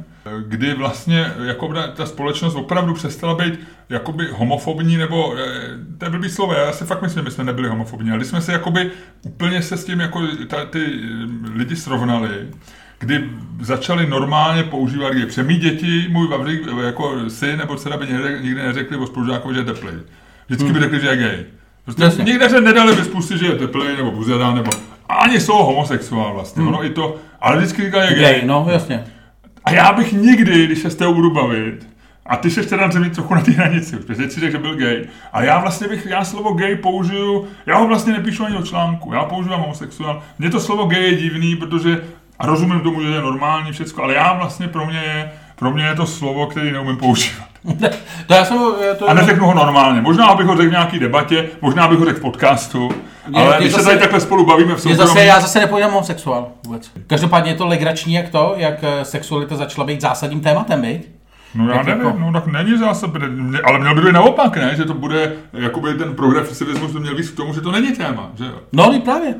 Speaker 2: kdy vlastně jako ta- ta společnost opravdu přestala být jakoby homofobní, nebo eh, to je blbý slovo, já si fakt myslím, že my jsme nebyli homofobní, ale když jsme se jakoby úplně se s tím jako ta, ty eh, lidi srovnali, kdy začali normálně používat gay. Protože mý děti, můj Vavřík, eh, jako syn nebo dcera by nikdy- nikdy neřekli o spolužákovi, že je teplý. Vždycky by řekli, že je gay. Prostě
Speaker 1: Jasně.
Speaker 2: nikde se nedali vyspustit, že je teplý nebo buzera, nebo ani jsou homosexuál vlastně, hmm. ono i to, ale vždycky říká, je gay.
Speaker 1: Gay, no jasně.
Speaker 2: A já bych nikdy, když se s tebou budu bavit, a ty se teda zřejmě trochu na té hranici, už, protože teď si řekl, že byl gay. A já vlastně bych, já slovo gay použiju, já ho vlastně nepíšu ani do článku, já používám homosexuál. Mně to slovo gay je divný, protože a rozumím tomu, že je normální všecko, ale já vlastně pro mě je, pro mě je to slovo, který neumím používat.
Speaker 1: To já jsem, eh, to,
Speaker 2: A neřeknu ho normálně. Možná bych ho řekl v nějaký debatě, možná bych ho řekl v podcastu,
Speaker 1: Mě-
Speaker 2: ale
Speaker 1: mě
Speaker 2: když se
Speaker 1: zase-
Speaker 2: tady takhle spolu bavíme v
Speaker 1: Mě
Speaker 2: soukromí,
Speaker 1: zase, já zase nepoužívám homosexuál vůbec. Každopádně je to legrační jak to, jak eh, sexualita začala být zásadním tématem, viď?
Speaker 2: No já
Speaker 1: Tak
Speaker 2: nevím,
Speaker 1: jako-
Speaker 2: no tak není zásob, ne- ne- ale měl by to být naopak, ne? Že to bude, jakoby ten progresivismus by měl víc k tomu, že to není téma, že jo?
Speaker 1: No, i právě.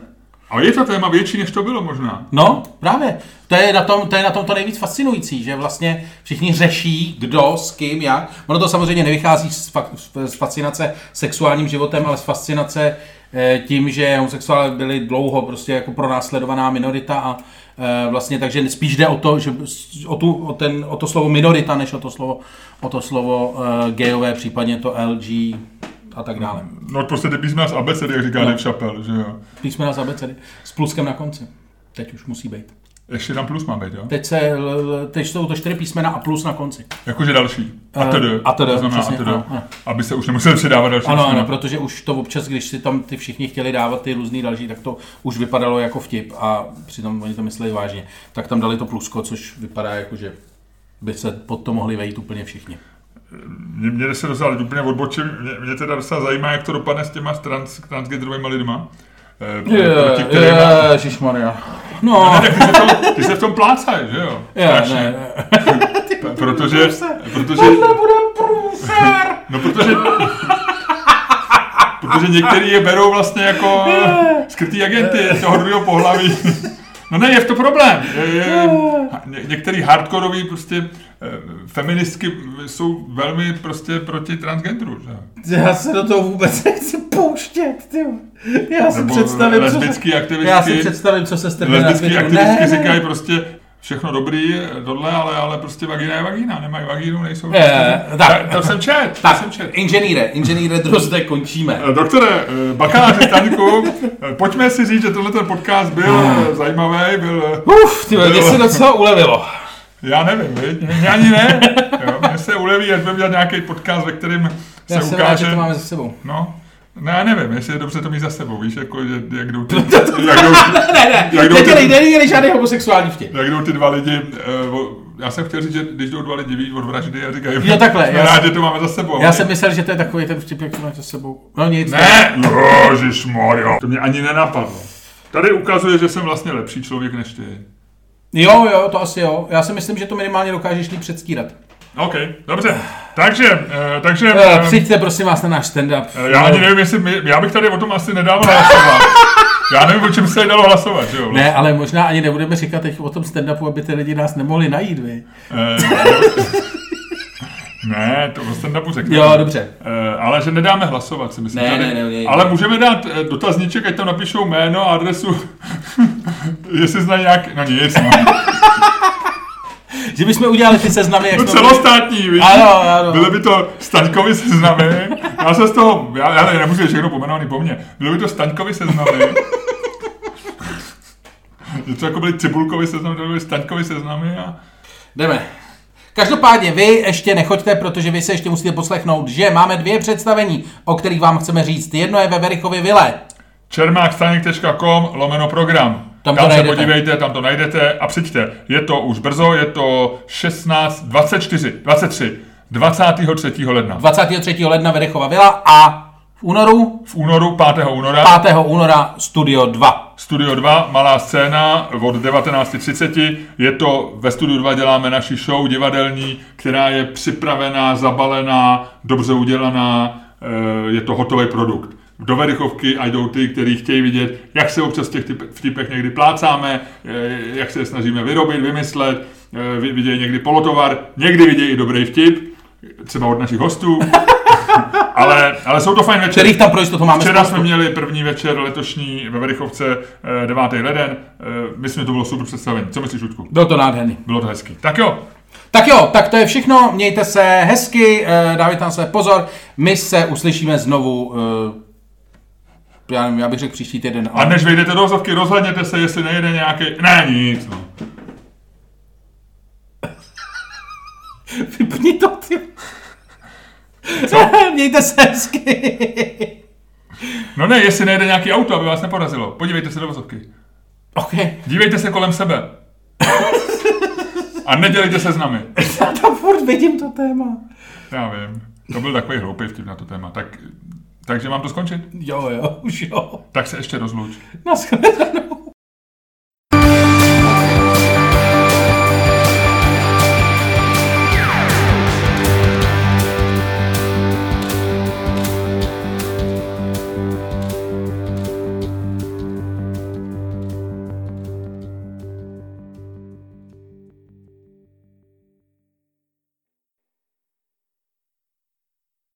Speaker 2: A je to téma větší, než to bylo možná.
Speaker 1: No, právě. To je, na tom, to je na tom to nejvíc fascinující, že vlastně všichni řeší, kdo, s kým, jak. Ono to samozřejmě nevychází z, fa- z fascinace sexuálním životem, ale z fascinace eh, tím, že homosexuále byli dlouho prostě jako pronásledovaná minorita a eh, vlastně takže spíš jde o to, že s- o, tu, o, ten, o to slovo minorita, než o to slovo, o to slovo eh, gejové, případně to LG a tak dále.
Speaker 2: No prostě ty písmena z abecedy, jak říká
Speaker 1: No.
Speaker 2: no. Dave Chappelle, že jo?
Speaker 1: Písmena z abecedy s pluskem na konci. Teď už musí být.
Speaker 2: Ještě tam plus má být, jo?
Speaker 1: Teď, se, l- l- teď jsou to čtyři písmena a plus na konci.
Speaker 2: Jakože další. A
Speaker 1: Eh,
Speaker 2: to
Speaker 1: a td,
Speaker 2: To znamená
Speaker 1: přesně,
Speaker 2: a
Speaker 1: ano, ano.
Speaker 2: Aby se už nemuseli přidávat další
Speaker 1: Ano,
Speaker 2: písmena.
Speaker 1: ano, protože už to občas, když si tam ty všichni chtěli dávat ty různý další, tak to už vypadalo jako vtip a přitom oni to mysleli vážně. Tak tam dali to plusko, což vypadá jako, že by se pod to mohli vejít úplně všichni.
Speaker 2: Mě, mě se docela úplně odbočím, mě, mě teda docela zajímá, jak to dopadne s těma trans, transgenderovými lidma. Eh, proti kterým-
Speaker 1: Ježišmarja. No,
Speaker 2: Ne, ty se v tom, ty se v tom plácaj, že jo?
Speaker 1: je,
Speaker 2: Strašně.
Speaker 1: ne, ne.
Speaker 2: Protože, protože,
Speaker 1: bude průser!
Speaker 2: no protože, protože některý je berou vlastně jako skrytý agenty toho druhého pohlaví. No ne, je v to problém. Je, je, ně, některý hardkoroví prostě eh, feministky jsou velmi prostě proti transgendru, že?
Speaker 1: Já se do toho vůbec nechci pouštět, ty. Já si
Speaker 2: Nebo
Speaker 1: představím, co se...
Speaker 2: lesbický aktivistky.
Speaker 1: Já si představím, co se strhne na
Speaker 2: Lesbický
Speaker 1: květnu.
Speaker 2: aktivistky říkají prostě všechno dobrý, eh, tohle, ale, ale prostě vagina je vagina, nemají vagínu, nejsou...
Speaker 1: Eh, tak.
Speaker 2: to jsem čet, to jsem
Speaker 1: Tak,
Speaker 2: čet.
Speaker 1: inženýre, inženýre Drozde, končíme.
Speaker 2: Eh, Doktore, eh, bakaláři Staňku, eh, pojďme si říct, že tenhle ten podcast byl
Speaker 1: Hmm.
Speaker 2: eh, zajímavý, byl... eh,
Speaker 1: Uf, ty vole, mě se docela ulevilo.
Speaker 2: Já nevím, viď? Mně ani ne. Jo, Mně se uleví, až budeme dělat nějaký podcast, ve kterém se
Speaker 1: Já jsem rád, že
Speaker 2: ukáže...
Speaker 1: to máme za sebou.
Speaker 2: No, no, já nevím, jestli je dobře to mít za sebou, víš, jako, že, jak jdou ty, jak jdou,
Speaker 1: Ne, ne,
Speaker 2: Jak jdou
Speaker 1: teď
Speaker 2: ty-
Speaker 1: tady není žádný homosexuální vtip.
Speaker 2: Jak jdou ty dva lidi, eh, o- já jsem chtěl říct, že když jdou dva lidi víc od vraždy a říkají,
Speaker 1: Jo, takhle,
Speaker 2: jsme
Speaker 1: já
Speaker 2: rádi,
Speaker 1: jsem-
Speaker 2: že to máme za sebou.
Speaker 1: Já jsem myslel, že to je takový ten vtip, jak to máš za sebou. No nic.
Speaker 2: Ne, ježišmarjo, to mě ani nenapadlo. Tady ukazuje, že jsem vlastně lepší člověk než ty.
Speaker 1: Jo, jo, to asi jo. Já si myslím, že to minimálně dokážeš líp předstírat.
Speaker 2: OK, dobře. Takže, eh, takže...
Speaker 1: Eh, No.
Speaker 2: eh,
Speaker 1: Přijďte prosím vás na náš stand-up.
Speaker 2: eh, Já ani nevím, jestli my, já bych tady o tom asi nedával hlasovat. Já nevím, o čem se dalo hlasovat, že jo?
Speaker 1: Ne, ale možná ani nebudeme říkat teď o tom stand-upu, aby ty lidi nás nemohli najít, vy.
Speaker 2: Eh, ne, to o stand-upu řekneme.
Speaker 1: Jo, dobře.
Speaker 2: Eh, ale že nedáme hlasovat, si myslím.
Speaker 1: Ne, ne, ne, ne, ne.
Speaker 2: ale můžeme dát eh, dotazníček, ať tam napíšou jméno a adresu, jestli znají nějak... No nic, no.
Speaker 1: Že bychom udělali ty seznamy, jak
Speaker 2: To
Speaker 1: jsme byli-
Speaker 2: celostátní, víš?
Speaker 1: Ano, ano.
Speaker 2: Bylo by to Staňkovi seznamy. Já se z toho, já, já ne- nemůžu říct všechno pomenovaný po mně. Bylo by to Staňkovi seznamy. Je to jako byly Cibulkovi seznamy, to byly Staňkovi seznamy a...
Speaker 1: Jdeme. Každopádně vy ještě nechoďte, protože vy se ještě musíte poslechnout, že máme dvě představení, o kterých vám chceme říct. Jedno je ve Verichově vile.
Speaker 2: čermákstaněk.com lomeno program. Tam,
Speaker 1: Tam to
Speaker 2: tam se
Speaker 1: najdete.
Speaker 2: podívejte, tam to najdete a přijďte. Je to už brzo, je to 16, 24, 23, 23. ledna.
Speaker 1: 23. ledna Verichova vila a v únoru,
Speaker 2: V únoru, 5. února,
Speaker 1: 5. února, Studio 2.
Speaker 2: Studio 2, malá scéna od 19.30. Je to, ve Studiu 2 děláme naši show divadelní, která je připravená, zabalená, dobře udělaná, eh, je to hotový produkt. Do Verichovky a jdou ty, kteří chtějí vidět, jak se občas v těch typ- vtipech někdy plácáme, eh, jak se je snažíme vyrobit, vymyslet, eh, vi- vidějí někdy polotovar, někdy vidějí i dobrý vtip, třeba od našich hostů, ale, ale jsou to fajn večery.
Speaker 1: Kterých tam pro jistotu máme
Speaker 2: Včera
Speaker 1: spoustu.
Speaker 2: jsme měli první večer letošní ve Verichovce eh, 9. leden. Eh, Myslím, že to bylo super představení. Co myslíš, Ludku?
Speaker 1: Bylo to nádherný.
Speaker 2: Bylo to hezký. Tak jo,
Speaker 1: Tak jo, tak to je všechno, mějte se hezky, eh, dávajte na své pozor, my se uslyšíme znovu, eh, já, nevím, já bych řekl příští týden.
Speaker 2: a
Speaker 1: ale-
Speaker 2: než vejdete do Ozovky, rozhledněte se, jestli nejede nějaký... Ne, nic, no.
Speaker 1: Vypni to, ty. Mějte se hezky.
Speaker 2: No ne, jestli nejede nějaký auto, aby vás neporazilo. Podívejte se do Ozovky.
Speaker 1: OK,
Speaker 2: Dívejte se kolem sebe. A nedělejte se s nami.
Speaker 1: já tam furt vidím to téma.
Speaker 2: Já vím. To byl takový hloupý vtip na to téma. Tak, takže mám to skončit?
Speaker 1: Jo, jo, už jo.
Speaker 2: Tak se ještě rozluč.
Speaker 1: Naschledanou.